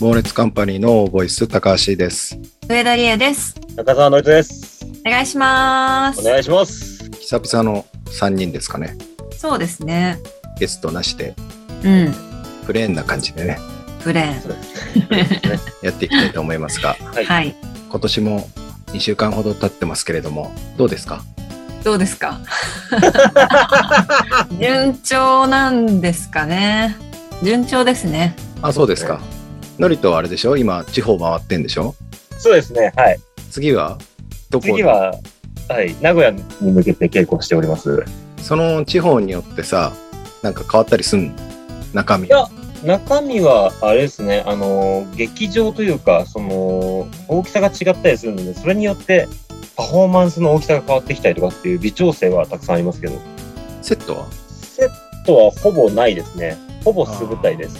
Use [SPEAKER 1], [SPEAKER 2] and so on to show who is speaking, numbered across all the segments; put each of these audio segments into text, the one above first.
[SPEAKER 1] 猛烈カンパニーのボイス高橋です
[SPEAKER 2] 上田理恵です。
[SPEAKER 3] 中澤のりとです。
[SPEAKER 2] お願いします
[SPEAKER 3] お。願いします。
[SPEAKER 1] 久々の3人ですかね
[SPEAKER 2] そうですね。
[SPEAKER 1] ゲストなしで
[SPEAKER 2] うん。
[SPEAKER 1] プレーンな感じでね
[SPEAKER 2] プレー
[SPEAKER 3] そうですね。
[SPEAKER 1] やっていきたいと思いますが
[SPEAKER 3] は
[SPEAKER 2] ン。はい。
[SPEAKER 1] 今年も2週間ほど経ってますけれどもどうですか
[SPEAKER 2] どうです か順調なんですかね。順調ですね。
[SPEAKER 1] あそうですかのりとあれでしょ今地方回ってんでしょ
[SPEAKER 3] そうですね。はい。
[SPEAKER 1] 次はどこ
[SPEAKER 3] 次は、はい、名古屋に向けて稽古しております。
[SPEAKER 1] その地方によってさなんか変わったりすん中身
[SPEAKER 3] いや中身は、あれですね、あの、劇場というか、その、大きさが違ったりするので、それによって、パフォーマンスの大きさが変わってきたりとかっていう微調整はたくさんありますけど、
[SPEAKER 1] セットは
[SPEAKER 3] セットはほぼないですね。ほぼ素舞台です。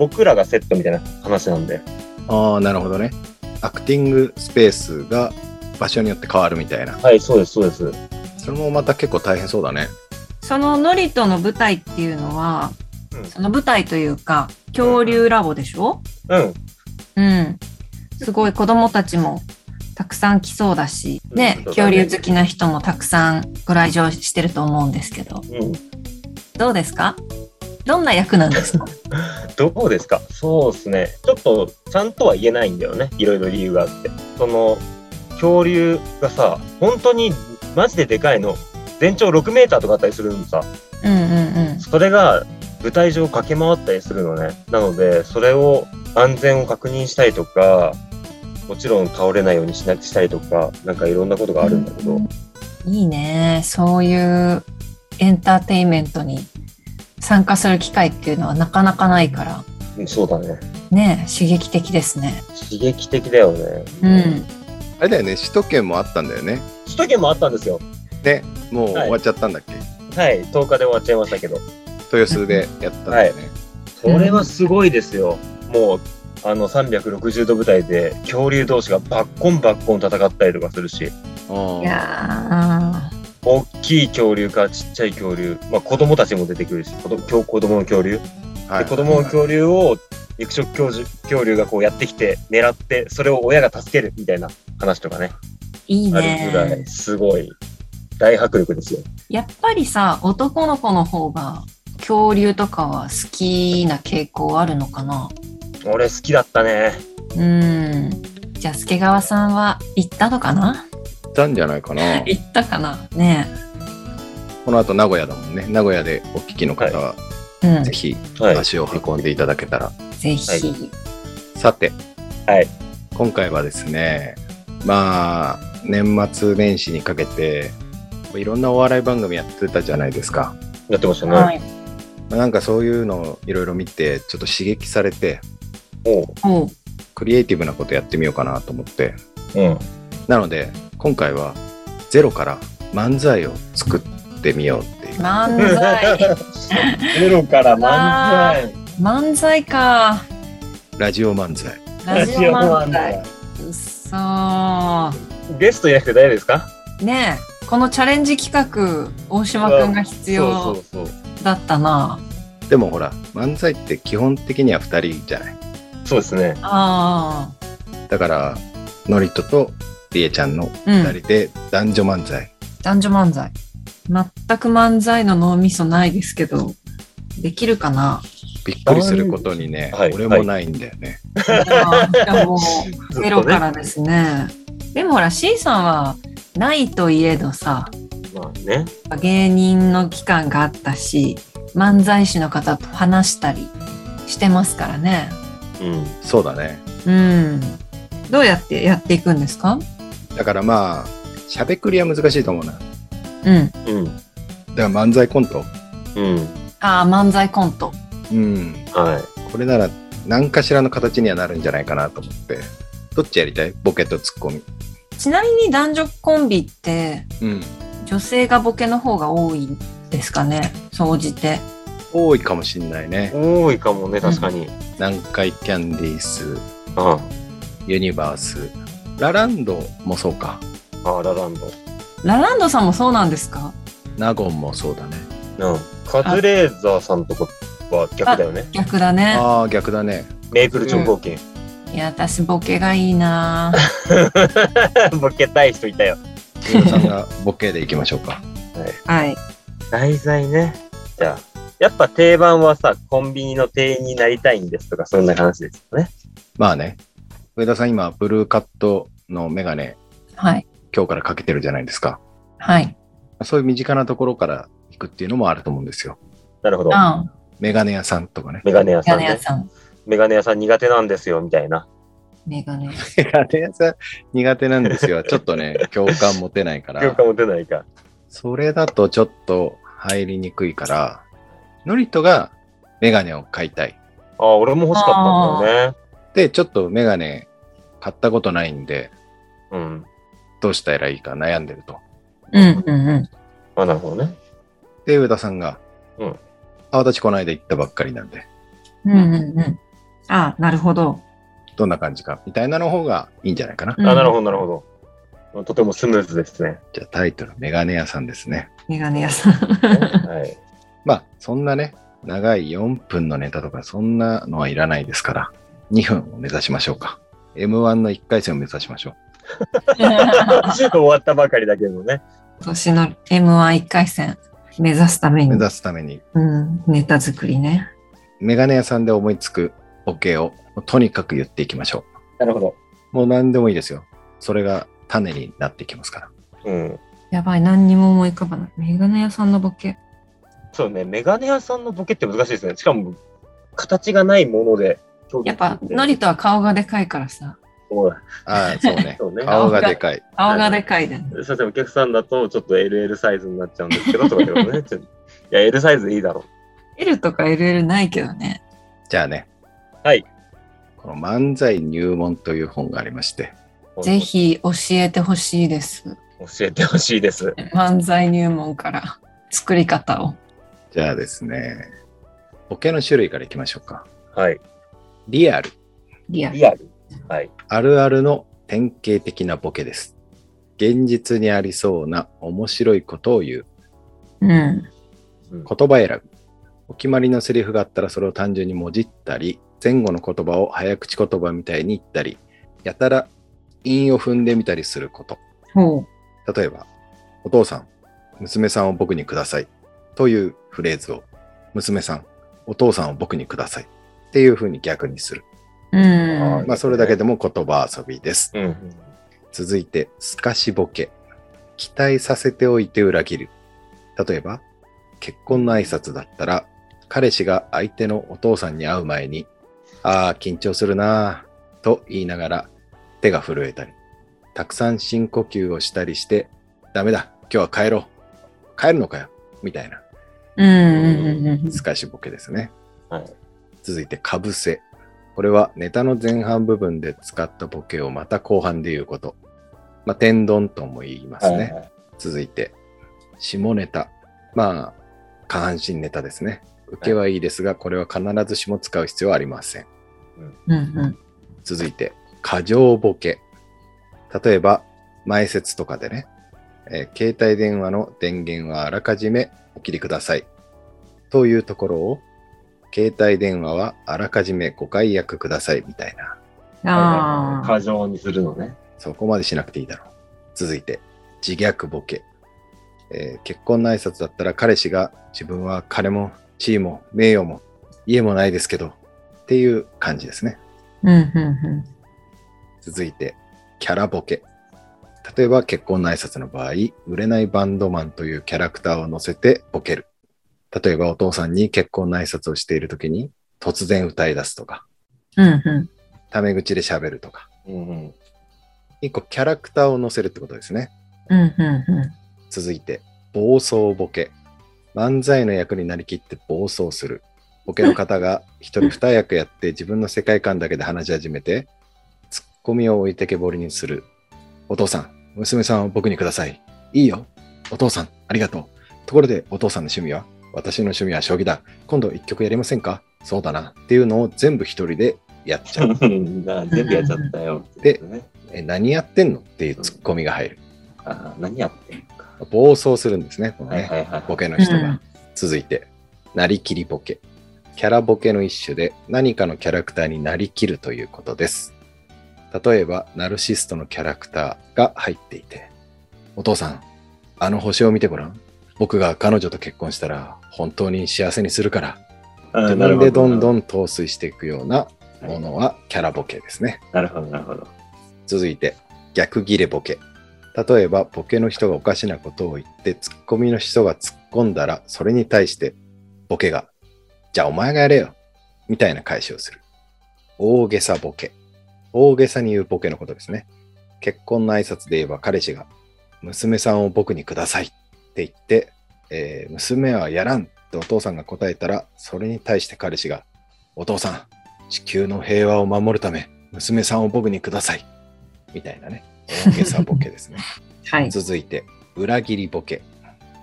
[SPEAKER 3] 僕らがセットみたいな話なんで。
[SPEAKER 1] ああなるほどねアクティングスペースが場所によって変わるみたいな
[SPEAKER 3] はい、そうです、そうです。
[SPEAKER 1] それもまた結構大変そうだね
[SPEAKER 2] そのノリとの舞台っていうのは、
[SPEAKER 3] うん
[SPEAKER 2] その舞台というか、恐竜ラボでしょ
[SPEAKER 3] うん。
[SPEAKER 2] うん。すごい子供たちもたくさん来そうだし、ね、
[SPEAKER 3] うん
[SPEAKER 2] 恐竜好きな人もたくさんご来場してると思うんですけど、
[SPEAKER 3] うん。
[SPEAKER 2] どうですかどんな役なんです か
[SPEAKER 3] どうですかそうですね。ちょっと、ちゃんとは言えないんだよね。いろいろ理由があって。その、恐竜がさ、本当に、マジででかいの。全長6メーターとかあったりするのさ。
[SPEAKER 2] うんうんうん。
[SPEAKER 3] それが、舞台上駆け回ったりするのね。なので、それを、安全を確認したりとか、もちろん倒れないようにしなしたりとか、なんかいろんなことがあるんだけど。
[SPEAKER 2] いいね。そういうエンターテインメントに参加する機会っていうのはなかなかないから、
[SPEAKER 3] うんそうだね。
[SPEAKER 2] ね、刺激的ですね。
[SPEAKER 3] 刺激的だよね。
[SPEAKER 2] うん。
[SPEAKER 1] あれだよね首都圏もあったんだよね
[SPEAKER 3] 首都圏もあったんですよ。
[SPEAKER 1] ねもう
[SPEAKER 3] はい
[SPEAKER 1] 終わっちゃったんだっけ、
[SPEAKER 3] はい。10日で終わっちゃいましたけど。
[SPEAKER 1] 豊洲でやったんだよね、
[SPEAKER 3] これはすごいですよ。もう、あの、360度舞台で、恐竜同士がバッコンバッコン戦ったりとかするし、
[SPEAKER 2] い
[SPEAKER 1] あー
[SPEAKER 2] や
[SPEAKER 3] 大きい恐竜からちっちゃい恐竜、まあ子供たちも出てくるし、子供子供の恐竜。
[SPEAKER 1] は
[SPEAKER 3] で、
[SPEAKER 1] い
[SPEAKER 3] 子供の恐竜を肉食恐竜恐竜がこうやってきて、狙って、それを親が助けるみたいな話とかね、
[SPEAKER 2] いい
[SPEAKER 3] あるぐら
[SPEAKER 2] ね
[SPEAKER 3] い、。すごい、大迫力ですよ。
[SPEAKER 2] やっぱりさ、男の子の方が恐竜とかは好きな傾向あるのかな
[SPEAKER 3] 俺好きだったね。
[SPEAKER 2] うん。じゃあ、助川さんは行ったのかな
[SPEAKER 1] 行ったんじゃないかな
[SPEAKER 2] 行ったかなね
[SPEAKER 1] この後名古屋だもんね名古屋でお聞きの方は
[SPEAKER 2] え。うん。
[SPEAKER 1] ぜ
[SPEAKER 2] ぜ
[SPEAKER 1] ひ
[SPEAKER 3] はい。
[SPEAKER 1] 足を運んでいただけたら、
[SPEAKER 2] ひ。
[SPEAKER 3] はい
[SPEAKER 1] さて、
[SPEAKER 3] はい
[SPEAKER 1] 今回はですねまあ年末年始にかけていろんなお笑い番組やってたじゃないですか
[SPEAKER 3] やってましたね。
[SPEAKER 2] はい。
[SPEAKER 1] まあなんかそういうのをいろいろ見てちょっと刺激されて
[SPEAKER 3] おう。
[SPEAKER 2] おう
[SPEAKER 1] クリエイティブなことやってみようかなと思って
[SPEAKER 3] うん。
[SPEAKER 1] なので今回はゼロから漫才を作ってみようっていう
[SPEAKER 2] 漫 才。
[SPEAKER 3] ゼロから漫才。
[SPEAKER 2] 漫才か。
[SPEAKER 1] ラジオ漫才
[SPEAKER 2] ラジオ漫才。うっそー。
[SPEAKER 3] ゲスト予約誰ですか
[SPEAKER 2] ねえ、このチャレンジ企画、大島くんが必
[SPEAKER 3] そう
[SPEAKER 2] 要
[SPEAKER 3] そうそう。
[SPEAKER 2] だったな。
[SPEAKER 1] でもほら漫才って基本的には2人じゃない
[SPEAKER 3] そうですね。
[SPEAKER 2] あ
[SPEAKER 1] だからノリトとりえちゃんの
[SPEAKER 2] あ、う
[SPEAKER 1] 2
[SPEAKER 2] ん。
[SPEAKER 1] 人で男女漫才、
[SPEAKER 2] 男女漫才。全く漫才の脳みそないですけど、できるかな。
[SPEAKER 1] びっくりすることにね、
[SPEAKER 3] はい
[SPEAKER 1] 俺もないんだよね、
[SPEAKER 2] あーじゃあもう、
[SPEAKER 3] ずっとね
[SPEAKER 2] ゼロからですね。でもほら、C さんは、ないといえどさ、
[SPEAKER 3] まあね。
[SPEAKER 2] 芸人の期間があったし、漫才師の方と話したりしてますからね。
[SPEAKER 3] うん。
[SPEAKER 1] そうだね
[SPEAKER 2] うん。どうやってやっていくんですか
[SPEAKER 1] だからまあしゃべくりは難しいと思うなだか
[SPEAKER 2] うん。
[SPEAKER 3] うん。
[SPEAKER 1] ら漫才コント
[SPEAKER 3] うん。
[SPEAKER 2] ああ、漫才コント。
[SPEAKER 1] うん
[SPEAKER 3] は
[SPEAKER 1] これなら何かしらの形にはなるんじゃないかなと思ってどっちやりたいボケとツッコミ
[SPEAKER 2] ちなみに男女コンビって
[SPEAKER 1] うん
[SPEAKER 2] 女性がボケの方が多いですかね総じて。
[SPEAKER 1] 多いかもしんないね
[SPEAKER 3] い。多いかもね、確かに。
[SPEAKER 1] 南海キャンディース
[SPEAKER 3] あ
[SPEAKER 1] ユニバースラランドもそうか
[SPEAKER 3] あ、あラランド。
[SPEAKER 2] ラランドさんもそうなんですか
[SPEAKER 1] ナゴンもそうだね
[SPEAKER 3] うん。カズレーザーさんとかは逆だよね。
[SPEAKER 2] 逆だね。
[SPEAKER 1] ああ逆だね
[SPEAKER 3] メイプル超合金。
[SPEAKER 2] いや、私、ボケがいいなぁ
[SPEAKER 3] ボケたい人いたよ。
[SPEAKER 1] 三浦さんがボケでいきましょうか。
[SPEAKER 2] はい。
[SPEAKER 3] 題材ね。じゃあ、やっぱ定番はさ、コンビニの店員になりたいんですとか、そんな話ですよね。
[SPEAKER 1] まあね、上田さん今、ブルーカットのメガネ、
[SPEAKER 2] はい。
[SPEAKER 1] 今日からかけてるじゃないですか。
[SPEAKER 2] はい。
[SPEAKER 1] そういう身近なところから行くっていうのもあると思うんですよ。
[SPEAKER 3] なるほど。
[SPEAKER 2] あん。
[SPEAKER 1] メガネ屋さんとかね。
[SPEAKER 3] メガネ屋さ
[SPEAKER 2] メガネ
[SPEAKER 3] んで
[SPEAKER 2] 屋。さん。
[SPEAKER 3] メガネ屋さん苦手なんですよ、みたいな。
[SPEAKER 2] メガ ネ。
[SPEAKER 1] メガネ屋さん苦手なんですよ。ちょっとね、 共感持てないから
[SPEAKER 3] 共。感も出ないか。
[SPEAKER 1] それだとちょっと入りにくいから、ノリトがメガネを買いたい。
[SPEAKER 3] ああ、俺も欲しかったんだよね。
[SPEAKER 1] で、ちょっとメガネ買ったことないんで、
[SPEAKER 3] うん。
[SPEAKER 1] どうしたらいいか悩んでると。
[SPEAKER 2] うんうんうん。
[SPEAKER 3] あなるほどね。
[SPEAKER 1] で、上田さんが、
[SPEAKER 3] うん
[SPEAKER 1] あ、私この間行ったばっかりなんで、
[SPEAKER 2] うんうんうん。ああ、なるほど。
[SPEAKER 1] どんな感じか、みたいなの方がいいんじゃないかな。
[SPEAKER 2] うん
[SPEAKER 3] あなるほど、なるほど。とてもスムーズで すね。
[SPEAKER 1] じゃあタイトル、メガネ屋さんですね。
[SPEAKER 2] メガネ屋 さん。
[SPEAKER 3] はい。
[SPEAKER 1] まあ、そんなね、長い4分のネタとか、そんなのはいらないですから、2分を目指しましょうか。M1 の1回戦を目指しましょう。
[SPEAKER 3] 終わったばかりだけどね。
[SPEAKER 2] 今年の M11 回戦目指すため
[SPEAKER 1] 目
[SPEAKER 2] に、
[SPEAKER 1] 指すために、
[SPEAKER 2] うん、ネタ作りね。
[SPEAKER 1] メガネ屋さんで思いつくボケを、とにかく言っていきましょ
[SPEAKER 3] なるほど。
[SPEAKER 1] う。もう何でもいいですよ。それが種になっていきますから。
[SPEAKER 3] うん。
[SPEAKER 2] やばい、何にも思い浮かばない。メガネ屋さんのボケ。
[SPEAKER 3] そうね、メガネ屋さんのボケって難しいですね。しかも、形がないもので。
[SPEAKER 2] やっぱ、ノリとは顔がでかいからさ。
[SPEAKER 3] そうだ。
[SPEAKER 1] ああ、そうね
[SPEAKER 3] そうね。
[SPEAKER 1] 顔がでかい。
[SPEAKER 2] 顔がでかいだね。
[SPEAKER 3] すいません、お客さんだとちょっと LL サイズになっちゃうんですけど、とかでも ね、ちょっといや、L サイズでいいだろ
[SPEAKER 2] L とか LL ないけどね。
[SPEAKER 1] じゃあね。
[SPEAKER 3] はい。
[SPEAKER 1] この漫才入門という本がありまして、
[SPEAKER 3] う。
[SPEAKER 2] ぜ。ひ教えてほしいです。
[SPEAKER 3] 教えてほしいです。
[SPEAKER 2] 漫才入門から作り方を。
[SPEAKER 1] じゃあですね、ボケの種類からいきましょうか。
[SPEAKER 3] はい。
[SPEAKER 1] リアル。
[SPEAKER 2] リアル。
[SPEAKER 3] リアル。はい。
[SPEAKER 1] あるあるの典型的なボケです。現実にありそうな面白いことを言う。
[SPEAKER 2] うん。
[SPEAKER 3] うん
[SPEAKER 1] 言葉選び。お決まりのセリフがあったらそれを単純にもじったり、前後の言葉を早口言葉みたいに言ったり、やたら韻を踏んでみたりすること。
[SPEAKER 2] ほう。
[SPEAKER 1] 例えば、お父さん、娘さんを僕にくださいというフレーズを、娘さん、お父さんを僕にくださいっていうふうに逆にする。
[SPEAKER 2] うん。
[SPEAKER 1] まあ、それだけでも言葉遊びです。
[SPEAKER 3] うん。
[SPEAKER 1] 続いて、すかしボケ。期待させておいて裏切る。例えば、結婚の挨拶だったら、彼氏が相手のお父さんに会う前に、ああ、緊張するなぁ、と言いながら手が震えたり、たくさん深呼吸をしたりして、ダメだ、今日は帰ろう。帰るのかよ、みたいな、
[SPEAKER 2] うんうんうんうん。
[SPEAKER 1] すかしボケですね。
[SPEAKER 3] はい
[SPEAKER 1] 続いて、かぶせ。これはネタの前半部分で使ったボケをまた後半で言うこと。まあ、天丼とも言いますね。
[SPEAKER 3] はいはい
[SPEAKER 1] 続いて、下ネタ。まあ、下半身ネタですね。受けはいいですが、これは必ずしも使う必要はありません。
[SPEAKER 2] うんうん。
[SPEAKER 1] 続いて、過剰ボケ。例えば、前説とかでね、えー携帯電話の電源はあらかじめお切りください。というところを、携帯電話はあらかじめご解約くださいみたいな、
[SPEAKER 2] ああ。
[SPEAKER 3] 過剰にするのね。
[SPEAKER 1] そこまでしなくていいだろう。続いて、自虐ボケ。えー結婚の挨拶だったら彼氏が自分は金も地位も名誉も家もないですけどっていう感じですね。
[SPEAKER 2] うんうん
[SPEAKER 1] 続いて、キャラボケ。例えば結婚の挨拶の場合、売れないバンドマンというキャラクターを乗せてボケる。例えばお父さんに結婚の挨拶をしている時に突然歌い出すとか、
[SPEAKER 2] うん。うんう
[SPEAKER 1] タメ口で喋るとか。
[SPEAKER 3] うん うん。
[SPEAKER 1] 一個キャラクターを乗せるってことですね。
[SPEAKER 2] ん。うんうんうん。
[SPEAKER 1] 続いて、暴走ボケ。漫才の役になりきって暴走する。ボケの方が一人二役やって自分の世界観だけで話し始めて、ツッコミを置いてけぼりにする。お父さん、娘さんを僕にください。いいよ。お父さん、ありがとう。ところで、お父さんの趣味は私の趣味は将棋だ。今度一曲やりませんかそうだな。っていうのを全部一人でやっちゃう。
[SPEAKER 3] な全部やっちゃったよ。
[SPEAKER 1] で
[SPEAKER 3] ね、
[SPEAKER 1] え、何やってんのっていうツッコミが入る。
[SPEAKER 3] あー何やってんのか。
[SPEAKER 1] 暴走するんですね、この
[SPEAKER 3] はい
[SPEAKER 1] ね
[SPEAKER 3] は。いはい。
[SPEAKER 1] ボケの人が。
[SPEAKER 2] うん
[SPEAKER 1] 続いて、なりきりボケ。キャラボケの一種で何かのキャラクターになりきるということです。例えば、ナルシストのキャラクターが入っていて、お父さん、あの星を見てごらん。僕が彼女と結婚したら、本当に幸せにするから。
[SPEAKER 3] あ
[SPEAKER 1] 自
[SPEAKER 3] ーなる
[SPEAKER 1] 分
[SPEAKER 3] ほ
[SPEAKER 1] でどんど
[SPEAKER 3] ん。
[SPEAKER 1] ん陶酔していくようなものはキャラボケですね。
[SPEAKER 3] なるほど、なるほど。
[SPEAKER 1] 続いて、逆ギレボケ。例えば、ボケの人がおかしなことを言って、ツッコミの人が突っ込んだら、それに対して、ボケが、じゃあお前がやれよみたいな返しをする。大げさボケ。大げさに言うボケのことですね。結婚の挨拶で言えば、彼氏が、娘さんを僕にくださいって言って、えー娘はやらんってお父さんが答えたら、それに対して彼氏が、お父さん、地球の平和を守るため、娘さんを僕にくださいみたいなね、大げさボケですね。
[SPEAKER 2] はい。
[SPEAKER 1] 続いて、裏切りボケ。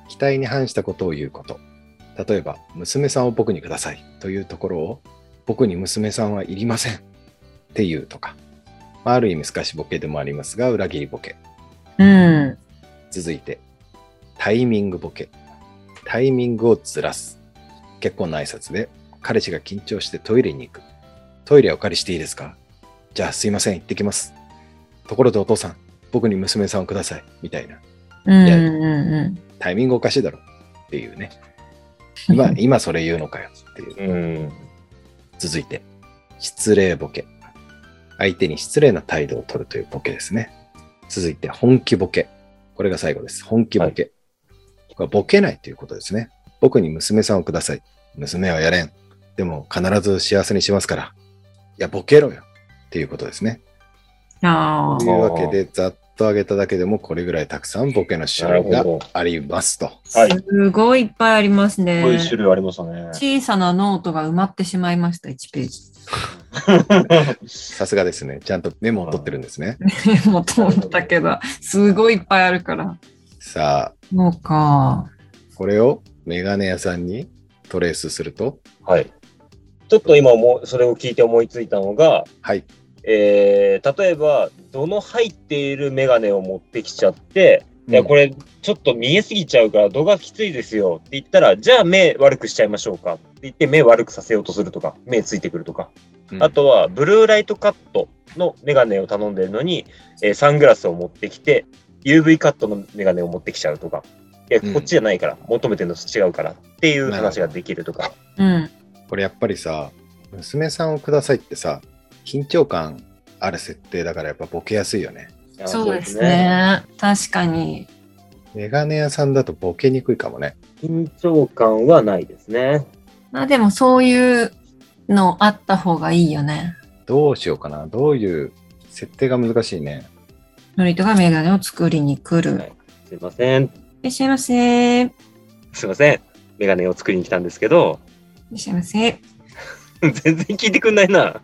[SPEAKER 1] 期待に反したことを言うこと。例えば、娘さんを僕にくださいというところを、僕に娘さんはいりませんっていうとか。まあ、ある意味、透かしボケでもありますが、裏切りボケ。
[SPEAKER 2] うん。
[SPEAKER 1] 続いて、タイミングボケ。タイミングをずらす。結婚の挨拶で、彼氏が緊張してトイレに行く。トイレはお借りしていいですかじゃあすいません、行ってきます。ところでお父さん、僕に娘さんをください。みたいな。
[SPEAKER 2] うんうんうん。
[SPEAKER 1] タイミングおかしいだろ。っていうね。 今、今それ言うのかよ。っていう。
[SPEAKER 3] うん。
[SPEAKER 1] 続いて、失礼ボケ。相手に失礼な態度を取るというボケですね。続いて、本気ボケ。これが最後です。本気ボケ。これはボケないということですね。僕に娘さんをください。娘はやれん。でも必ず幸せにしますから。いや、ボケろよ。っていうことですね。
[SPEAKER 2] あ
[SPEAKER 1] と
[SPEAKER 2] あ。
[SPEAKER 1] いうわけで、ざっと挙げただけでもこれぐらいたくさんボケの種類
[SPEAKER 3] な
[SPEAKER 1] が
[SPEAKER 3] るほど
[SPEAKER 1] ありますと。
[SPEAKER 3] はい。
[SPEAKER 2] すごいいっぱいありますね
[SPEAKER 3] こう。いう種類ありましたね。
[SPEAKER 2] 小さなノートが埋まってしまいました、1ページ。
[SPEAKER 1] さすがですね。ちゃんとメモを取ってるんですね。
[SPEAKER 2] もと思ったけど、すごいいっぱいあるから。
[SPEAKER 1] さあ、
[SPEAKER 2] そうか。
[SPEAKER 1] これをメガネ屋さんにトレースすると、
[SPEAKER 3] はい。ちょっと今もそれを聞いて思いついたのが、
[SPEAKER 1] はい。
[SPEAKER 3] えー例えば、どの入っているメガネを持ってきちゃって、いや、これ、ちょっと見えすぎちゃうから、度がきついですよって言ったら、じゃあ目悪くしちゃいましょうかって言って、目悪くさせようとするとか、目ついてくるとか。
[SPEAKER 1] うん
[SPEAKER 3] あとは、ブルーライトカットのメガネを頼んでるのに、えーサングラスを持ってきて、UV カットのメガネを持ってきちゃうとか、いや、
[SPEAKER 1] うん
[SPEAKER 3] こっちじゃないから、求めてるのと違うからっていう話ができるとか。
[SPEAKER 2] うん。
[SPEAKER 1] これやっぱりさ娘さんをくださいってさ緊張感ある設定だからやっぱボケやすいよね
[SPEAKER 3] あ
[SPEAKER 2] そうです。ね。確かに。
[SPEAKER 1] メガネ屋さんだとボケにくいかもね
[SPEAKER 3] 緊張感はないですね。
[SPEAKER 2] まあでもそういうのあった方がいいよね。
[SPEAKER 1] どうしようかなどういう設定が難しいね
[SPEAKER 2] ノリトがメガネを作りに来る。、
[SPEAKER 3] はいいすいません。
[SPEAKER 2] らっしゃいませ。い
[SPEAKER 3] すいません。メガネを作りに来たんですけど、
[SPEAKER 2] らっしゃいませ。
[SPEAKER 3] 全然聞いてくんないな。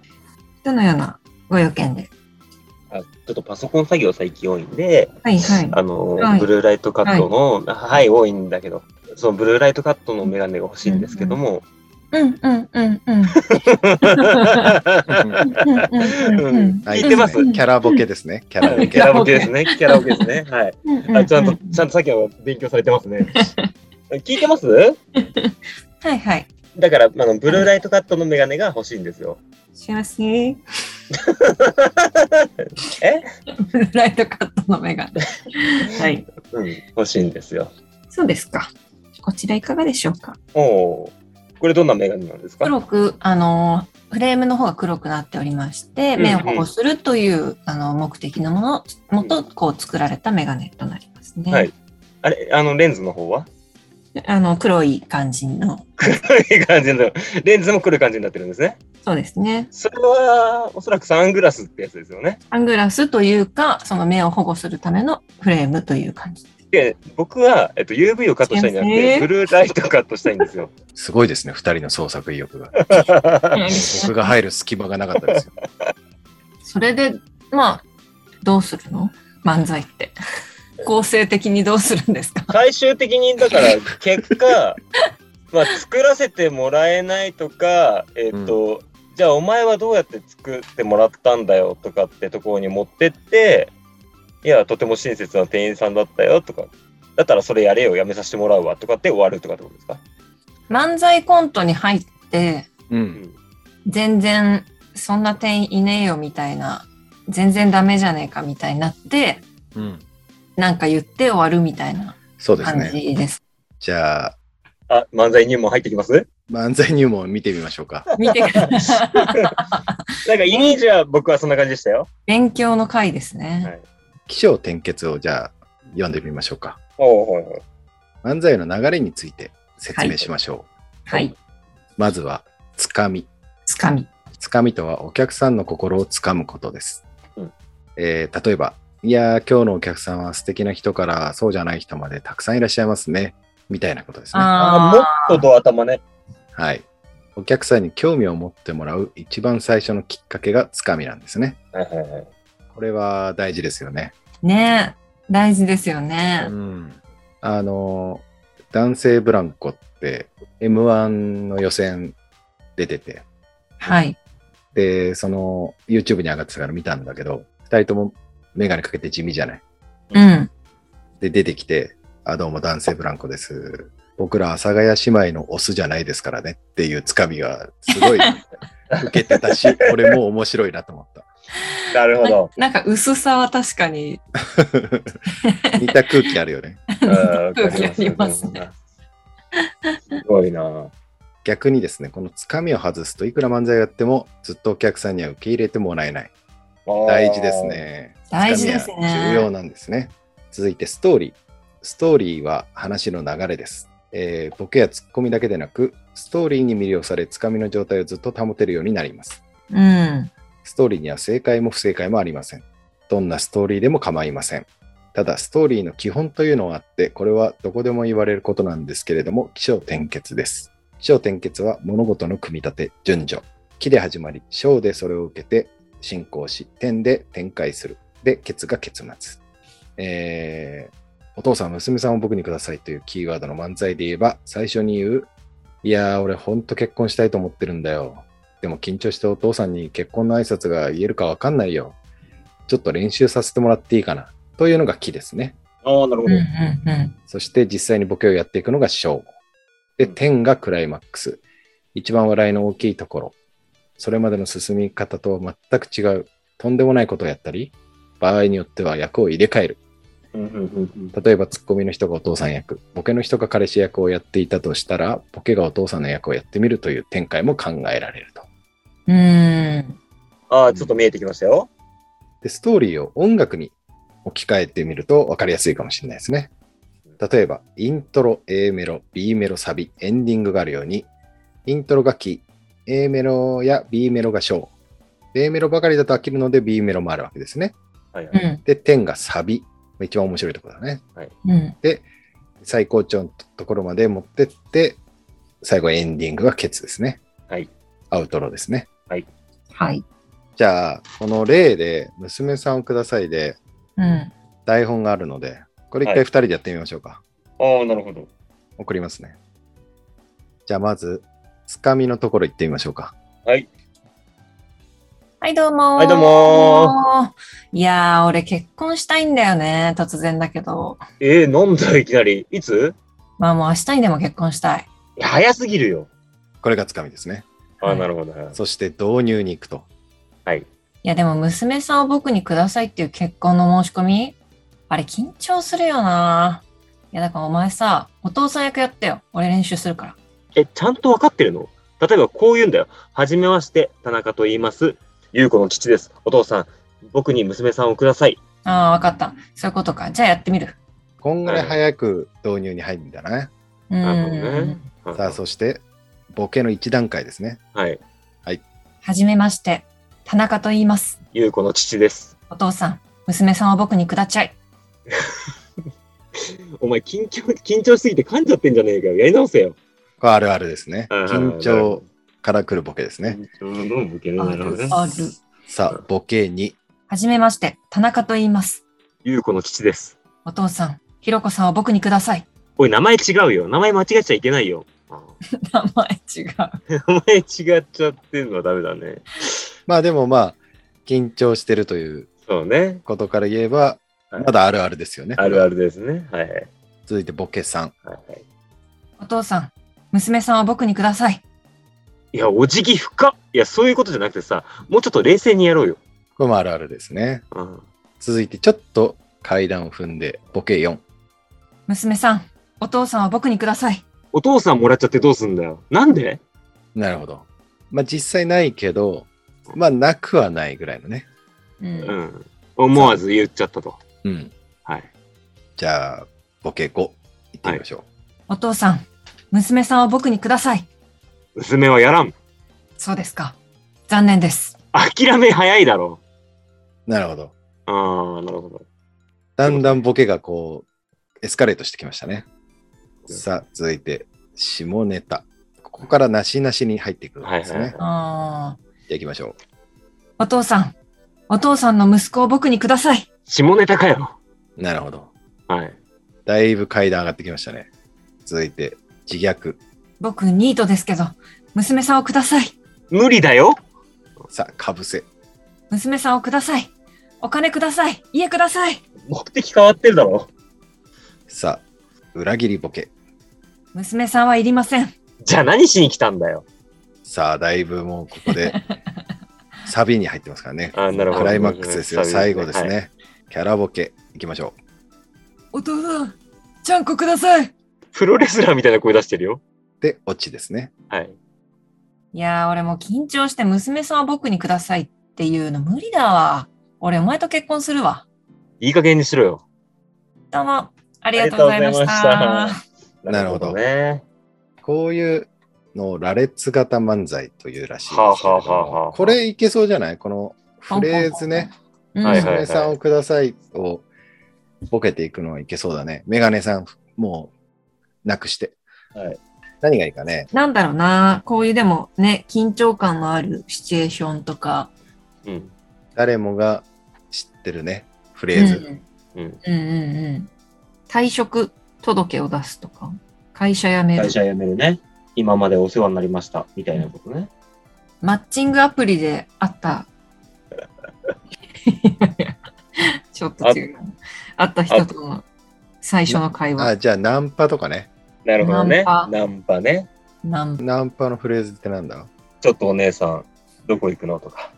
[SPEAKER 2] どのようなご用件で。
[SPEAKER 3] あちょっとパソコン作業最近多いんで、
[SPEAKER 2] はいはい。
[SPEAKER 3] あの、
[SPEAKER 2] はい
[SPEAKER 3] ブルーライトカットの、はい、多いんだけど、そのブルーライトカットのメガネが欲しいんですけども、
[SPEAKER 2] うんうんうんうん。
[SPEAKER 1] あい
[SPEAKER 3] 聞いてます
[SPEAKER 1] ですねキャラボケですねキャラボ
[SPEAKER 3] キ
[SPEAKER 1] ケ
[SPEAKER 3] ャラボケですね。キャラボケですね。はい。あちゃんと、ちゃんとさっきは勉強されてますね。聞いてます
[SPEAKER 2] はいはい。
[SPEAKER 3] だから、あの、ブルーライトカットのメガネが欲しいんですよ。
[SPEAKER 2] すいま せん。
[SPEAKER 3] え
[SPEAKER 2] ブルーライトカットのメガネ。はい。
[SPEAKER 3] うん、欲しいんですよ。
[SPEAKER 2] そうですか。こちらいかがでしょうか。
[SPEAKER 3] おおー。これどんなメガネなんですか
[SPEAKER 2] 黒く、あの、フレームの方が黒くなっておりまして、
[SPEAKER 3] うん
[SPEAKER 2] 目を保護するという、あの、目的のもの、もと、こう作られたメガネとなりますね。
[SPEAKER 3] はいあれ、あの、レンズの方は
[SPEAKER 2] あの、黒い感じの。
[SPEAKER 3] いい感じの、レンズも黒い感じになってるんですね。
[SPEAKER 2] そうですね。
[SPEAKER 3] それは、おそらくサングラスってやつですよね。
[SPEAKER 2] サングラスというか、その目を保護するためのフレームという感じ。
[SPEAKER 3] で、僕は、えっと、UV をカットしたいんじゃなく
[SPEAKER 2] え
[SPEAKER 3] て、
[SPEAKER 2] ー
[SPEAKER 3] ブルーライトをカットしたいんですよ。
[SPEAKER 1] すごいですね2人の創作意欲が僕が入る隙間がなかったですよ
[SPEAKER 2] それで、まあ、どうするの漫才って。 構成的にどうするんですか
[SPEAKER 3] 最終的に、だから、結 果、まあ、作らせてもらえないとか、えっと、じゃあお前はどうやって作ってもらったんだよとかってところに持ってって、いや、とても親切な店員さんだったよとか、だったらそれやれよ、やめさせてもらうわとかって終わるとかってことですか
[SPEAKER 2] 漫才コントに入って、
[SPEAKER 1] うん
[SPEAKER 2] 全然そんな点いねえよみたいな全然ダメじゃねえかみたいになって、
[SPEAKER 1] うん。
[SPEAKER 2] なんか言って終わるみたいな
[SPEAKER 1] そうです
[SPEAKER 2] 感
[SPEAKER 1] ね。
[SPEAKER 2] じです。
[SPEAKER 1] じゃあ、
[SPEAKER 3] あ、漫才入門入ってきます
[SPEAKER 1] 漫才入門見てみましょうか。
[SPEAKER 2] 見てください
[SPEAKER 3] なんかイメージは僕はそんな感じでしたよ。
[SPEAKER 2] 勉強の回ですね。
[SPEAKER 3] はい
[SPEAKER 1] 起承転結をじゃあ読んでみましょうか。
[SPEAKER 3] ほうほうほう。
[SPEAKER 1] 漫才の流れについて説明しましょう。
[SPEAKER 2] はい。
[SPEAKER 1] まずは、つかみ。
[SPEAKER 2] つかみ。
[SPEAKER 1] つかみとはお客さんの心をつかむことです。
[SPEAKER 3] うん
[SPEAKER 1] えー例えば、いやー、今日のお客さんは素敵な人からそうじゃない人までたくさんいらっしゃいますね。みたいなことですね。
[SPEAKER 3] あもっとと頭ね。
[SPEAKER 1] はい。お客さんに興味を持ってもらう一番最初のきっかけがつかみなんですね。
[SPEAKER 3] はいはいはい。
[SPEAKER 1] これは大事ですよね。
[SPEAKER 2] ねえ大事ですよね。
[SPEAKER 1] ん。あのー、男性ブランコって M1 の予選出てて、
[SPEAKER 2] はい。
[SPEAKER 1] で、その YouTube に上がってたから見たんだけど、二人ともメガネかけて地味じゃない。
[SPEAKER 2] うん。
[SPEAKER 1] で、出てきて、あ、どうも男性ブランコです。僕ら阿佐ヶ谷姉妹のオスじゃないですからねっていうつかみがすごい受けてたし、これも面白いなと思った。
[SPEAKER 3] なる ほど。
[SPEAKER 2] なんか薄さは確かに。
[SPEAKER 1] 似た空気あるよね。
[SPEAKER 3] うんわか
[SPEAKER 2] 空気ありますね。
[SPEAKER 3] すごいな。
[SPEAKER 1] 逆にですね、このつかみを外すといくら漫才をやってもずっとお客さんには受け入れてもらえない。大事です。ね。
[SPEAKER 2] 大事です
[SPEAKER 1] つかみは重要
[SPEAKER 2] ね。
[SPEAKER 1] なんですね。続いてストーリー。ストーリーは話の流れです。えーボケやツッコミだけでなく、ストーリーに魅了され、つかみの状態をずっと保てるようになります。
[SPEAKER 2] うん。
[SPEAKER 1] ストーリーには正解も不正解もありません。どんなストーリーでも構いません。ただ、ストーリーの基本というのがあって、これはどこでも言われることなんですけれども、起承転結です。起承転結は物事の組み立て、順序。起で始まり、章でそれを受けて進行し、点で展開する。で、結が結末。えーお父さん、娘さんを僕にくださいというキーワードの漫才で言えば、最初に言う、いやー、俺ほんと結婚したいと思ってるんだよ。でも緊張してお父さんに結婚の挨拶が言えるかわかんないよ。ちょっと練習させてもらっていいかな。というのが木ですね。
[SPEAKER 3] ああ、なるほ
[SPEAKER 2] うんう
[SPEAKER 3] ど。
[SPEAKER 2] んうん。
[SPEAKER 1] そして実際にボケをやっていくのが章。で、
[SPEAKER 3] うん
[SPEAKER 1] 点がクライマックス。一番笑いの大きいところ。それまでの進み方とは全く違う。とんでもないことをやったり、場合によっては役を入れ替える。
[SPEAKER 3] うんうんうん
[SPEAKER 1] 例えばツッコミの人がお父さん役、ボケの人が彼氏役をやっていたとしたら、ボケがお父さんの役をやってみるという展開も考えられると。
[SPEAKER 2] うん。
[SPEAKER 3] ああ、ちょっと見えてきましたよ。
[SPEAKER 1] で、ストーリーを音楽に置き換えてみると分かりやすいかもしれないですね。例えば、イントロ、A メロ、B メロ、サビ、エンディングがあるように、イントロがキ A メロや B メロが小。A メロばかりだと飽きるので B メロもあるわけですね。
[SPEAKER 3] はいは
[SPEAKER 2] う
[SPEAKER 3] い。
[SPEAKER 2] ん。
[SPEAKER 1] で、点がサビ。一番面白いところだね。
[SPEAKER 2] うん。
[SPEAKER 1] 最高潮のところまで持ってって、最後エンディングがケツですね。
[SPEAKER 3] はい。
[SPEAKER 1] アウトロですね。
[SPEAKER 2] はい。
[SPEAKER 1] じゃあ、この例で、娘さんをくださいで、
[SPEAKER 2] うん。
[SPEAKER 1] 台本があるので、これ一
[SPEAKER 3] は
[SPEAKER 1] 回
[SPEAKER 3] い
[SPEAKER 1] 二人でやってみましょうか。
[SPEAKER 3] ああ、なるほど。
[SPEAKER 1] 送りますね。じゃあまず、つかみのところ行ってみましょうか。
[SPEAKER 3] はい。
[SPEAKER 2] はい、どうもー。
[SPEAKER 3] はいどうも
[SPEAKER 2] いやー、俺結婚したいんだよね。突然だけど。
[SPEAKER 3] えー、なんだいきなり。いつ
[SPEAKER 2] まあもう明日にでも結婚したい。
[SPEAKER 3] いや早すぎるよ。
[SPEAKER 1] これがつかみですね。
[SPEAKER 3] あ
[SPEAKER 2] は
[SPEAKER 3] あ、
[SPEAKER 2] い
[SPEAKER 3] なるほど。
[SPEAKER 1] そして導入に行くと。
[SPEAKER 2] いや、でも娘さんを僕にくださいっていう結婚の申し込みあれ緊張するよな。いや、だからお前さ、お父さん役やってよ。俺練習するから。
[SPEAKER 3] え、ちゃんと分かってるの例えばこう言うんだよ。はじめまして、田中と言います。ゆう子の父です。お父さん、僕に娘さんをください。
[SPEAKER 2] ああ、わかった。そういうことか。じゃあやってみる。
[SPEAKER 1] こんぐらい
[SPEAKER 3] はい
[SPEAKER 1] 早く導入に入るんだな。
[SPEAKER 2] う
[SPEAKER 3] なるほどね
[SPEAKER 2] ん。
[SPEAKER 1] さあ、そして、ボケの一段階ですね。
[SPEAKER 3] はい。
[SPEAKER 2] はじめまして。田中と言います。
[SPEAKER 3] ゆう子の父です。
[SPEAKER 2] お父さん、娘さんを僕にくだっちゃい。
[SPEAKER 3] お前、緊張、緊張しすぎて噛んじゃってんじゃねえかよ。やり直せよ。
[SPEAKER 1] これあるあるですね。
[SPEAKER 3] うん
[SPEAKER 1] 緊張からくるボケですね。
[SPEAKER 3] 緊張のボケねなるほどね。
[SPEAKER 2] ある。
[SPEAKER 1] さあ、ボケ2。
[SPEAKER 2] はじめまして。田中と言います。
[SPEAKER 3] ゆう子の父です。
[SPEAKER 2] お父さん、ひろこさんを僕にください。
[SPEAKER 3] おい、名前違うよ。名前間違っちゃいけないよ。あ
[SPEAKER 2] 名前違う。
[SPEAKER 3] 名前違っちゃってるのはダメだね。
[SPEAKER 1] まあでもまあ、緊張してるという
[SPEAKER 3] そうね。
[SPEAKER 1] ことから言えば、
[SPEAKER 3] はい
[SPEAKER 1] まだあるあるですよね。
[SPEAKER 3] あるあるですね。はいはい。
[SPEAKER 1] 続いてボケ3。
[SPEAKER 3] はいはい、
[SPEAKER 2] お父さん、娘さんを僕にください。
[SPEAKER 3] いや、お辞儀深っいや、そういうことじゃなくてさ、もうちょっと冷静にやろうよ。
[SPEAKER 1] ここれもあるあるですね。
[SPEAKER 3] うん。
[SPEAKER 1] 続いて、ちょっと階段を踏んで、ボケ4。
[SPEAKER 2] 娘さん、お父さんは僕にください。
[SPEAKER 3] お父さんもらっちゃってどうすんだよ。なんで
[SPEAKER 1] なるほど。まあ実際ないけど、まあなくはないぐらいのね。
[SPEAKER 2] う。
[SPEAKER 3] うんん。思わず言っちゃったと。
[SPEAKER 1] うん。
[SPEAKER 3] はい。
[SPEAKER 1] じゃあ、ボケ5、いってみましょう。
[SPEAKER 2] お父さん、娘さんは僕にください。
[SPEAKER 3] 娘はやらん。
[SPEAKER 2] そうですか。残念です。
[SPEAKER 3] 諦め早いだろ
[SPEAKER 1] なるほど。
[SPEAKER 3] う。ああ、なるほど。
[SPEAKER 1] だんだんボケがこう、エスカレートしてきましたね。さあ、続いて、下ネタ。ここからなしなしに入っていくん
[SPEAKER 3] はい
[SPEAKER 1] で
[SPEAKER 3] は
[SPEAKER 1] す
[SPEAKER 3] い
[SPEAKER 1] ね。
[SPEAKER 3] はい。
[SPEAKER 2] あー
[SPEAKER 1] じゃあ行きましょ
[SPEAKER 2] お父さん、お父さんの息子を僕にください。
[SPEAKER 3] 下ネタかよ。
[SPEAKER 1] う。なるほど。
[SPEAKER 3] はい。
[SPEAKER 1] だいぶ階段上がってきましたね。続いて、自虐。
[SPEAKER 2] 僕、ニートですけど、娘さんをください。
[SPEAKER 3] 無理だよ。
[SPEAKER 1] さあ、かぶせ。
[SPEAKER 2] 娘さんをください。お金ください。家ください。
[SPEAKER 3] 目的変わってるだろ。
[SPEAKER 1] さあ、裏切りボケ。
[SPEAKER 2] 娘さんはいりません。
[SPEAKER 3] じゃあ何しに来たんだよ。
[SPEAKER 1] さあ、だいぶもうここ で、サビに入ってますからね。
[SPEAKER 3] あなるほ
[SPEAKER 1] ク
[SPEAKER 3] ど
[SPEAKER 1] ライマックスですよ。
[SPEAKER 3] サ
[SPEAKER 1] 最
[SPEAKER 3] ビですね
[SPEAKER 1] 後ですね。
[SPEAKER 3] は
[SPEAKER 1] キャラボケ、いきましょう。
[SPEAKER 2] お父さん、ちゃんこください。
[SPEAKER 3] プロレスラーみたいな声出してるよ。
[SPEAKER 1] で、オチですね。
[SPEAKER 3] はい。
[SPEAKER 2] いやー、俺もう緊張して娘さんは僕にくださいっていうの無理だわ。俺、お前と結婚するわ。
[SPEAKER 3] いい加減にしろよ。
[SPEAKER 2] どうも、ありがとうございました。
[SPEAKER 3] ありがとうございました
[SPEAKER 1] なるほど
[SPEAKER 3] ね。
[SPEAKER 1] こういうのを羅列型漫才というらしいですけれども
[SPEAKER 3] はあはあはあはあ
[SPEAKER 1] これいけそうじゃないこのフレーズね。
[SPEAKER 2] うん。
[SPEAKER 3] はいはい
[SPEAKER 1] 娘さんをくださいをボケていくのはいけそうだね。メガネさん、もうなくして。
[SPEAKER 3] はい
[SPEAKER 1] 何がいいかね。
[SPEAKER 2] なんだろうな、こういうでもね、緊張感のあるシチュエーションとか。
[SPEAKER 3] うん。
[SPEAKER 1] 誰もが知ってるね、フ
[SPEAKER 2] う
[SPEAKER 1] レ
[SPEAKER 2] ん、
[SPEAKER 1] ー
[SPEAKER 2] うん
[SPEAKER 1] ズ。
[SPEAKER 3] うん。
[SPEAKER 2] うんうん。退職届を出すとか、会社辞める
[SPEAKER 3] 会。社辞めるね。今までお世話になりました。みたいなことね。
[SPEAKER 2] マッチングアプリであ った。ちょっと違う。あった人との最初の会話。
[SPEAKER 1] あ、じゃあナンパとかね。
[SPEAKER 3] なるほどね。
[SPEAKER 2] ナンパ
[SPEAKER 3] ナンパね。
[SPEAKER 2] なん
[SPEAKER 1] ナンパのフレーズってなんだ
[SPEAKER 3] ちょっとお姉さん、どこ行くのとか。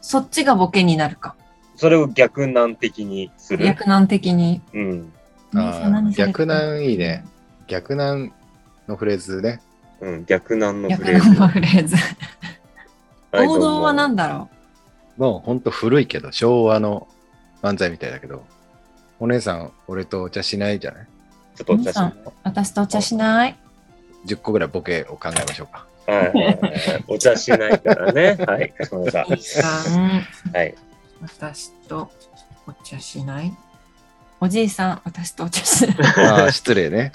[SPEAKER 2] そっちがボケになるか。
[SPEAKER 3] それを逆難的にする。
[SPEAKER 2] 逆難的に。
[SPEAKER 3] うん。
[SPEAKER 1] あー逆
[SPEAKER 2] 難
[SPEAKER 1] 難いいね。。逆難のフレーズね。
[SPEAKER 3] うん。逆難のフ
[SPEAKER 2] 逆
[SPEAKER 3] レーズ。
[SPEAKER 2] 難のフレ ーズ。
[SPEAKER 3] はい
[SPEAKER 2] 王道は何だ
[SPEAKER 3] どうも
[SPEAKER 2] ろ
[SPEAKER 1] もうほんと古いけど、昭和の漫才みたいだけど、お姉さん、俺とお茶しないじゃない
[SPEAKER 3] ちょっとお茶し
[SPEAKER 2] 皆う私とお茶しない。
[SPEAKER 1] ?10 個ぐらいボケを考えましょう か。
[SPEAKER 3] はいはいはい。お茶しないからね。はい。かしこまりま
[SPEAKER 2] いい
[SPEAKER 3] し
[SPEAKER 2] さん。
[SPEAKER 3] た。はい。
[SPEAKER 2] 私とお茶しない。おじいさん、私とお茶しない。
[SPEAKER 1] ああ、失礼ね。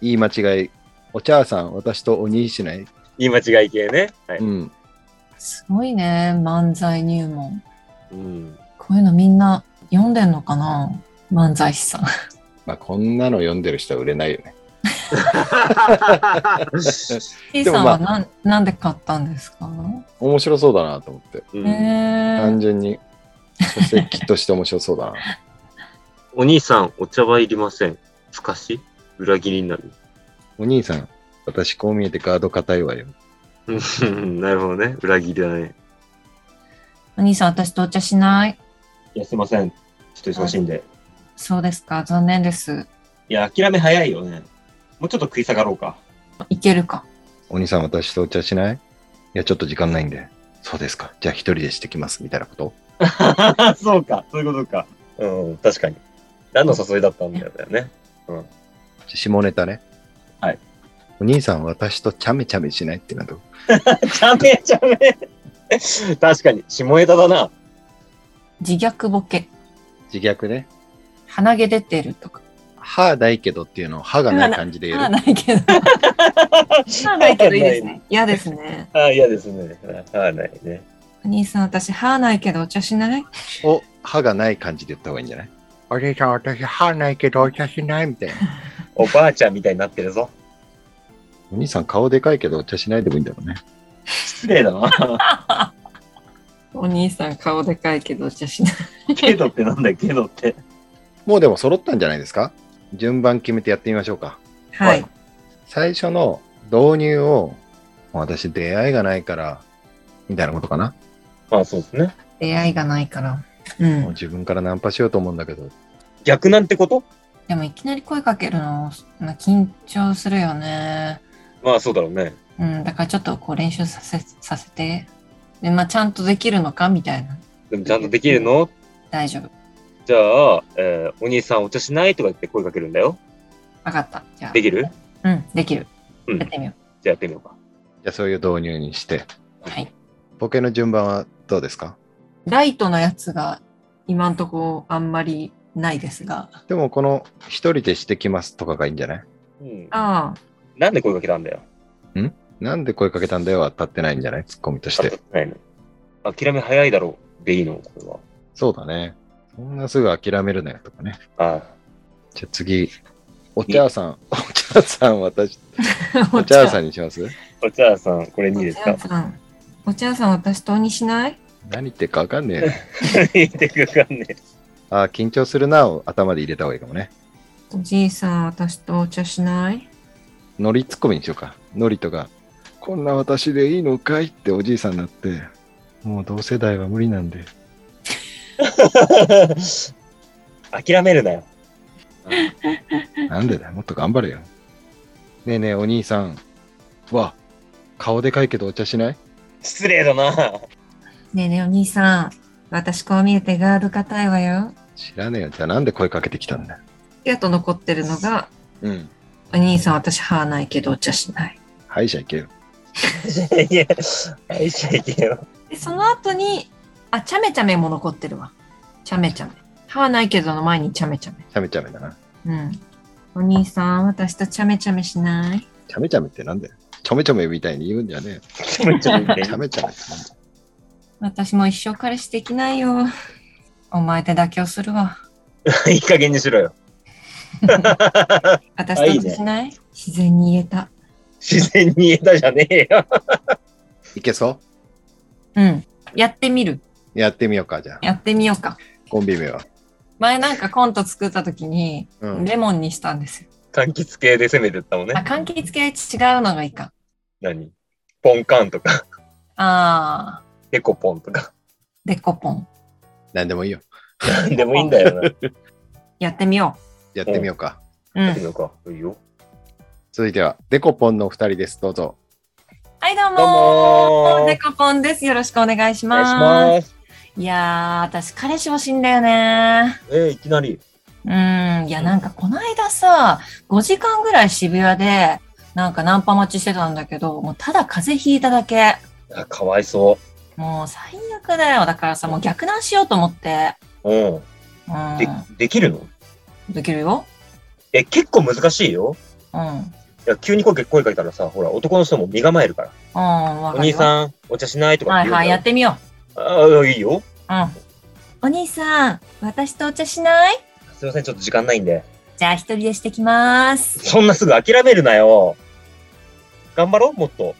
[SPEAKER 1] 言い間違い。お茶さん、私とお兄しない
[SPEAKER 3] 言い間違い系ね。はい。
[SPEAKER 1] うん。
[SPEAKER 2] すごいね、漫才入門。
[SPEAKER 3] うん。
[SPEAKER 2] こういうのみんな読んでんのかな漫才師さん。
[SPEAKER 1] まあ、こんなの読んでる人は売れないよね。
[SPEAKER 2] T
[SPEAKER 1] でも
[SPEAKER 2] さん
[SPEAKER 1] まあ
[SPEAKER 2] はなん,、なんで買ったんですか、
[SPEAKER 1] 面白そうだなと思って。
[SPEAKER 3] う
[SPEAKER 2] え
[SPEAKER 3] ん
[SPEAKER 1] 単
[SPEAKER 2] ー、
[SPEAKER 1] 純に書籍として面白そうだな。
[SPEAKER 3] お兄さん、お茶はいりません。すかし裏切りになる。
[SPEAKER 1] お兄さん、私こう見えてガード硬いわよ。
[SPEAKER 3] うんなるほどね。裏切りだね。
[SPEAKER 2] お兄さん、私とお茶しない。
[SPEAKER 3] いや、すいません。ちょっと忙しいんで。
[SPEAKER 2] そうですか、残念です。
[SPEAKER 3] いや、諦め早いよね。もうちょっと食い下がろうか。
[SPEAKER 2] いけるか。
[SPEAKER 1] お兄さん、私とお茶しないいや、ちょっと時間ないんで。そうですか。じゃあ一人でしてきます。みたいなこと
[SPEAKER 3] そうか。そういうことか。うん、確かに。何の誘いだったんだよね。
[SPEAKER 1] 下ネタね。
[SPEAKER 3] はい。
[SPEAKER 1] お兄さん、私とちゃめちゃめしないってなど。
[SPEAKER 3] ちゃめちゃめ。確かに、下枝だ な。
[SPEAKER 2] 自虐ボケ。
[SPEAKER 1] 自虐ね。
[SPEAKER 2] 鼻毛出てるとか。
[SPEAKER 1] 歯ないけどっていうのを歯がない感じで言
[SPEAKER 2] 歯
[SPEAKER 1] える。
[SPEAKER 2] ないけど。 歯ないけどいいですね。 嫌ですね。
[SPEAKER 3] あ嫌ですね。はい、ないね。
[SPEAKER 2] お兄さん、私、歯ないけどお茶しない
[SPEAKER 1] を歯がない感じで言った方がいいんじゃないお兄さん、私歯ないけどお茶しないみたいな。
[SPEAKER 3] おばあちゃんみたいになってるぞ。
[SPEAKER 1] お兄さん、顔でかいけどお茶しないでもいいんだろうね。
[SPEAKER 3] 失礼だ な。
[SPEAKER 2] お兄さん、顔でかいけどお茶しない。
[SPEAKER 3] けどってなんだよ、けどって。
[SPEAKER 1] もうでも揃ったんじゃないですか順番決めてやってみましょうか。
[SPEAKER 2] は。
[SPEAKER 3] はい
[SPEAKER 1] 最初の導入を、私出会いがないから、みたいなことかな。
[SPEAKER 3] まあ、そうですね。
[SPEAKER 2] 出会いがないから。う。
[SPEAKER 1] もうん自分からナンパしようと思うんだけど、
[SPEAKER 3] 逆なんてこと
[SPEAKER 2] でもいきなり声かけるの、まあ、緊張するよね。
[SPEAKER 3] まあそうだろうね。
[SPEAKER 2] うん、だからちょっとこう練習させさせて、でまあ、ちゃんとできるのかみたいな。
[SPEAKER 3] でもちゃんとできるの
[SPEAKER 2] 大丈夫。
[SPEAKER 3] じゃあ、えーお兄さんお茶しないとか言って声かけるんだよ。
[SPEAKER 2] わかった。じゃあ。
[SPEAKER 3] できる
[SPEAKER 2] うん、できる。
[SPEAKER 3] うん
[SPEAKER 2] やってみよ
[SPEAKER 3] じゃあやってみようか。
[SPEAKER 1] じゃあそういう導入にして、
[SPEAKER 2] う。はい。
[SPEAKER 1] ボケの順番はどうですか
[SPEAKER 2] ライトなやつが今んとこあんまりないですが。
[SPEAKER 1] でもこの一人でしてきますとかがいいんじゃない
[SPEAKER 3] うん。
[SPEAKER 2] ああ、
[SPEAKER 3] なんで声かけたんだよ。
[SPEAKER 1] なんで声かけたんだよは立ってないんじゃないツッコミとし
[SPEAKER 3] 当た
[SPEAKER 1] て
[SPEAKER 3] っ。てないの。諦め早いだろう。でいいのこれは。
[SPEAKER 1] そうだね。そんなすぐ諦めるなよとかね。
[SPEAKER 3] あ
[SPEAKER 1] じゃあ次、お茶屋さん。お茶屋さん私、お茶屋さんにします
[SPEAKER 3] お茶屋さん、これ
[SPEAKER 2] お
[SPEAKER 3] 2です
[SPEAKER 2] 茶
[SPEAKER 3] か
[SPEAKER 2] 屋さん。お茶屋さん、私、とにしない
[SPEAKER 1] 何言ってるかわかんねえな。
[SPEAKER 3] 言ってくかんね え。
[SPEAKER 1] あー緊張するなを頭で入れた方がいいかもね。
[SPEAKER 2] おじいさん、私とお茶しない
[SPEAKER 1] ノリツッコミにしようか。ノリとか、こんな私でいいのかいっておじいさんになって、もう同世代は無理なんで。
[SPEAKER 3] 諦めるなよ。
[SPEAKER 1] なんでだよ、もっと頑張れよ。ねえねえ、お兄さん。わ、顔でかいけどお茶しない
[SPEAKER 3] 失礼 だな。
[SPEAKER 2] ねえねえ、お兄さん。私、こう見えてガード硬いわよ。
[SPEAKER 1] 知らねえよ。じゃあなんで声かけてきたんだよ。
[SPEAKER 2] で、あと残ってるのが、
[SPEAKER 1] うん。
[SPEAKER 2] お兄さん、私、歯ないけどお茶しない。
[SPEAKER 1] はい、じゃあ行けよ。
[SPEAKER 3] いや、愛しちゃいけよ。
[SPEAKER 2] で、その後に、あ、ちゃめちゃめも残ってるわ。ちゃめちゃめ。歯ないけどの前にちゃめちゃ
[SPEAKER 1] ちゃめちゃめだな。
[SPEAKER 2] め。うん。お兄さん、私とちゃめちゃめしない
[SPEAKER 1] ちゃめちゃめってなんだよ。ちょめちょめみたいに言うんじゃね
[SPEAKER 3] ちょめちょめ
[SPEAKER 1] えよ。ちゃめちゃめってなんだよ
[SPEAKER 2] 私も一生彼氏できないよ。お前で妥協するわ。
[SPEAKER 3] いい加減にしろよ。
[SPEAKER 2] 私
[SPEAKER 3] あいい
[SPEAKER 2] と
[SPEAKER 3] ね
[SPEAKER 2] しない自然に言えた。
[SPEAKER 3] 自然に言えたじゃねえよ。
[SPEAKER 1] いけそ
[SPEAKER 2] うん。やってみる。
[SPEAKER 1] うやってみようか、じゃあ。
[SPEAKER 2] やってみようか。
[SPEAKER 1] コンビ名は。
[SPEAKER 2] 前なんかコント作った時に、
[SPEAKER 1] うん。
[SPEAKER 2] レモンにしたんですよ。
[SPEAKER 3] 柑橘系で攻めてったのね
[SPEAKER 2] あ、。柑橘系違うのがいいか。
[SPEAKER 3] 何ポンカンとか、
[SPEAKER 2] あー、
[SPEAKER 3] デコポンとか。
[SPEAKER 2] デコポン。
[SPEAKER 1] なんでもいいよ。
[SPEAKER 3] なんでもいいんだよな。
[SPEAKER 2] やってみよ
[SPEAKER 1] やってみようか。
[SPEAKER 2] う。 うん。
[SPEAKER 3] いいのか。いいよ。
[SPEAKER 1] 続いては、デコポンのお二人です。どうぞ。
[SPEAKER 2] はい、どうも
[SPEAKER 3] どうもー
[SPEAKER 2] ーデコポンです。よろしくお願いし
[SPEAKER 3] お願
[SPEAKER 2] ま
[SPEAKER 3] い
[SPEAKER 2] す。
[SPEAKER 3] します。
[SPEAKER 2] いやー、私、彼氏欲しいんだよね
[SPEAKER 3] えーいきなり。
[SPEAKER 2] うーん。いや、なんかこの間さ、5時間ぐらい渋谷で、なんかナンパ待ちしてたんだけど、もうただ風邪ひいただけ。
[SPEAKER 3] あかわいそ
[SPEAKER 2] もう最悪だよ。だからさ、もう逆難しようと思って。
[SPEAKER 3] う。うん。
[SPEAKER 2] うん。
[SPEAKER 3] で、できるの
[SPEAKER 2] できるよ。
[SPEAKER 3] え、結構難しいよ。
[SPEAKER 2] うん。うん、
[SPEAKER 3] いや、急に声声かけたらさ、ほら、男の人も身構えるから。
[SPEAKER 2] わか
[SPEAKER 3] お
[SPEAKER 2] る
[SPEAKER 3] 兄
[SPEAKER 2] よ。
[SPEAKER 3] さん、お茶しないとか
[SPEAKER 2] は
[SPEAKER 3] って
[SPEAKER 2] い
[SPEAKER 3] 言う
[SPEAKER 2] はい、や
[SPEAKER 3] ん
[SPEAKER 2] っ
[SPEAKER 3] だよ。
[SPEAKER 2] てみよ
[SPEAKER 3] ああ、いいよ。
[SPEAKER 2] う。うん。お兄さん、私とお茶しない
[SPEAKER 3] すいません、ちょっと時間ないんで。
[SPEAKER 2] じゃあ一人でしてきます。
[SPEAKER 3] そんなすぐ諦めるなよ。頑張ろう、もっと。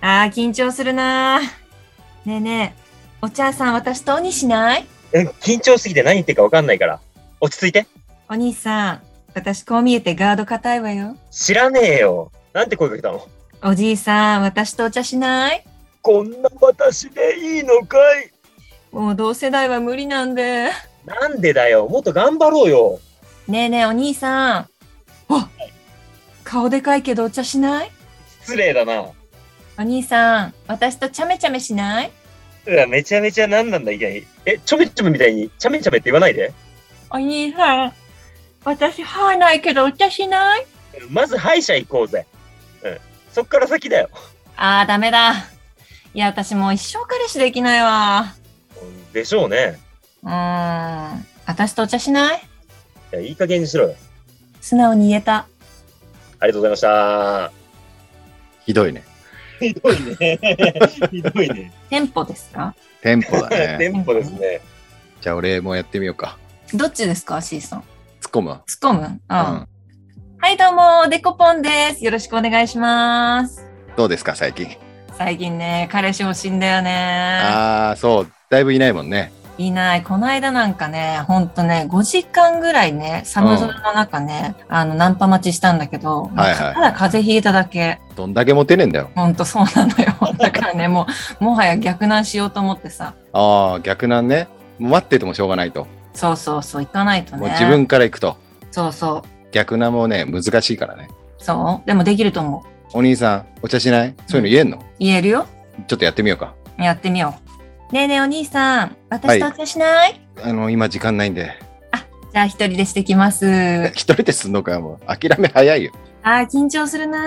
[SPEAKER 2] あー、緊張するなー。ねえねえ、お茶さん、私とおにしない
[SPEAKER 3] え緊張しすぎて何言ってるか分かんないから。落ち着いて。
[SPEAKER 2] お兄さん、私こう見えてガード硬いわよ。
[SPEAKER 3] 知らねえよ。なんて声かけたの
[SPEAKER 2] おじいさん、私とお茶しない
[SPEAKER 3] こんな私でいいのかい
[SPEAKER 2] もう同世代は無理なんで。
[SPEAKER 3] なんでだよ。もっと頑張ろうよ。
[SPEAKER 2] ねえねえ、お兄さん。あ顔でかいけどお茶しない
[SPEAKER 3] 失礼だな。
[SPEAKER 2] お兄さん、私とちゃめちゃめしないう
[SPEAKER 3] わ、めちゃめちゃ何なんだ、いきなり。え、ちょめちょめみたいに、ちゃめちゃめって言わないで。
[SPEAKER 2] お兄さん、私歯ないけどお茶しない
[SPEAKER 3] まず歯医者行こうぜ。うん。そっから先だよ。
[SPEAKER 2] あー、ダメだ。いや、私もう一生彼氏できないわ。
[SPEAKER 3] うんでしょうね。
[SPEAKER 2] うーん。私とお茶しない
[SPEAKER 3] いや、いい加減にしろよ。
[SPEAKER 2] 素直に言えた。
[SPEAKER 3] ありがとうございました。
[SPEAKER 1] ひどいね。
[SPEAKER 3] ひどいね。 ひどいね。
[SPEAKER 2] 店舗ですか
[SPEAKER 1] テンポだね。
[SPEAKER 3] 店 舗ですね。
[SPEAKER 1] じゃあ俺もやってみようか。
[SPEAKER 2] どっちですか ?C さん。
[SPEAKER 1] ツッコむわ。
[SPEAKER 2] 突っ込む
[SPEAKER 1] う
[SPEAKER 2] あ
[SPEAKER 1] ん。
[SPEAKER 2] はい、どうも、デコポンです。よろしくお願いします。
[SPEAKER 1] どうですか、最近。
[SPEAKER 2] 最近ね、彼氏欲しいんだよね。
[SPEAKER 1] ああ、そう。だいぶいないもんね。
[SPEAKER 2] いない。この間なんかね、ほんとね、5時間ぐらいね、寒空の中ね、あの、ナンパ待ちしたんだけど、
[SPEAKER 1] はいはい
[SPEAKER 2] ただ風邪ひいただけ。
[SPEAKER 1] どんだけモテねえんだよ。
[SPEAKER 2] ほんとそうなの よ。だからね、もう、もはや逆難しようと思ってさ。
[SPEAKER 1] ああ、逆なんね。もう待っててもしょうがないと。
[SPEAKER 2] そうそうそう、行かないとね。
[SPEAKER 1] もう自分から行くと。
[SPEAKER 2] そうそう。
[SPEAKER 1] 逆なんもね、難しいからね。
[SPEAKER 2] そうでもできると思う。
[SPEAKER 1] お兄さん、お茶しないそういうの言えんの、
[SPEAKER 2] 言えるよ。
[SPEAKER 1] ちょっとやってみようか。
[SPEAKER 2] やってみよう。ねえねえお兄さん、私とお茶しない、
[SPEAKER 1] あの、今時間ないんで。
[SPEAKER 2] じゃあ一人でしてきます。
[SPEAKER 1] え一人ですんのかもう。諦め早いよ。
[SPEAKER 2] あー緊張するなー。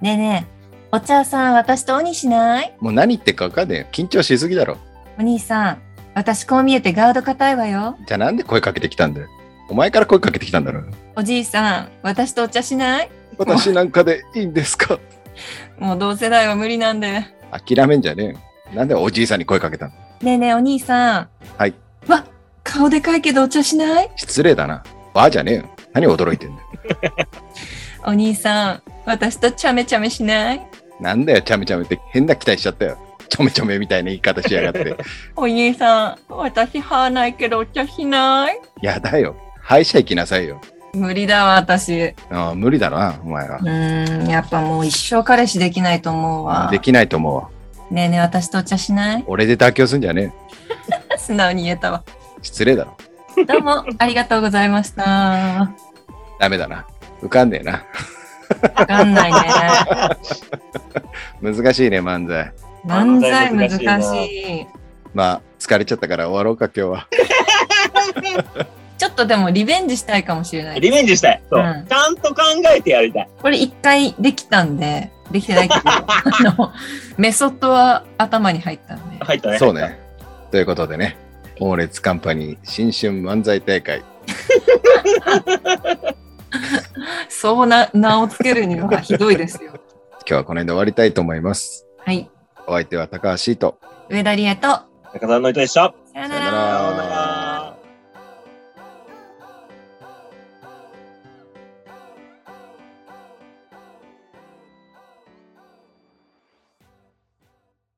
[SPEAKER 2] ねえねえ、お茶さん、私と鬼しない
[SPEAKER 1] もう何言ってっかわかんねえよ。緊張しすぎだろ。
[SPEAKER 2] お兄さん、私こう見えてガード硬いわよ。
[SPEAKER 1] じゃあなんで声かけてきたんだよ。お前から声かけてきたんだろ。
[SPEAKER 2] おじいさん、私とお茶しない
[SPEAKER 1] 私なんかでいいんですか
[SPEAKER 2] もう同世代は無理なんで。ね
[SPEAKER 1] 諦めんじゃねえよ。なんでおじいさんに声かけたの
[SPEAKER 2] えねえ、お兄さん。
[SPEAKER 1] はい。
[SPEAKER 2] わ顔でかいけどお茶しない
[SPEAKER 1] 失礼だな。わあじゃねえよ。何驚いてんだよ。
[SPEAKER 2] お兄さん、私とちゃめちゃめしない
[SPEAKER 1] なんだよ、ちゃめちゃめって変な期待しちゃったよ。ちょめちょめみたいな言い方しやがって。
[SPEAKER 2] お兄さん、私歯ないけどお茶しない
[SPEAKER 1] やだよ。歯医者行きなさいよ。
[SPEAKER 2] 無理だわ、私。
[SPEAKER 1] ああ無理だな、お前は
[SPEAKER 2] う。ーん、やっぱもう一生彼氏できないと思うわ。
[SPEAKER 1] できないと思うわ。
[SPEAKER 2] ねえねえ、私とお茶しない
[SPEAKER 1] 俺で妥協すんじゃね
[SPEAKER 2] 素直に言えたわ。
[SPEAKER 1] え。失礼だろ。
[SPEAKER 2] どうも、ありがとうございました。
[SPEAKER 1] ダメだな。浮かんねえな。
[SPEAKER 2] わかんないね。
[SPEAKER 1] 難しいね、漫才。
[SPEAKER 2] 漫
[SPEAKER 3] 漫
[SPEAKER 2] 才
[SPEAKER 3] 才
[SPEAKER 2] 難
[SPEAKER 3] 難
[SPEAKER 2] し
[SPEAKER 3] し
[SPEAKER 2] い
[SPEAKER 3] いな
[SPEAKER 1] まあ、疲れちゃったから終わろうか、今日 は。
[SPEAKER 2] ちょっとでもリベンジしたいかもしれない。
[SPEAKER 3] リベンジしたい。そう、
[SPEAKER 2] うん
[SPEAKER 3] ちゃんと考えてやりたい。
[SPEAKER 2] これ一回できたんで、できて ないけど、あの、メソッドは頭に入ったんで。
[SPEAKER 3] 入ったね。
[SPEAKER 1] そうね。ということでね、猛烈カンパニー新春漫才大会。
[SPEAKER 2] そうな、名をつけるにはひどいですよ。
[SPEAKER 1] 今日はこの辺で終わりたいと思います。
[SPEAKER 2] はい。
[SPEAKER 1] お相手は高橋と。
[SPEAKER 2] 上田理恵と、
[SPEAKER 3] 中澤の人でした。
[SPEAKER 2] さよ
[SPEAKER 1] さよなら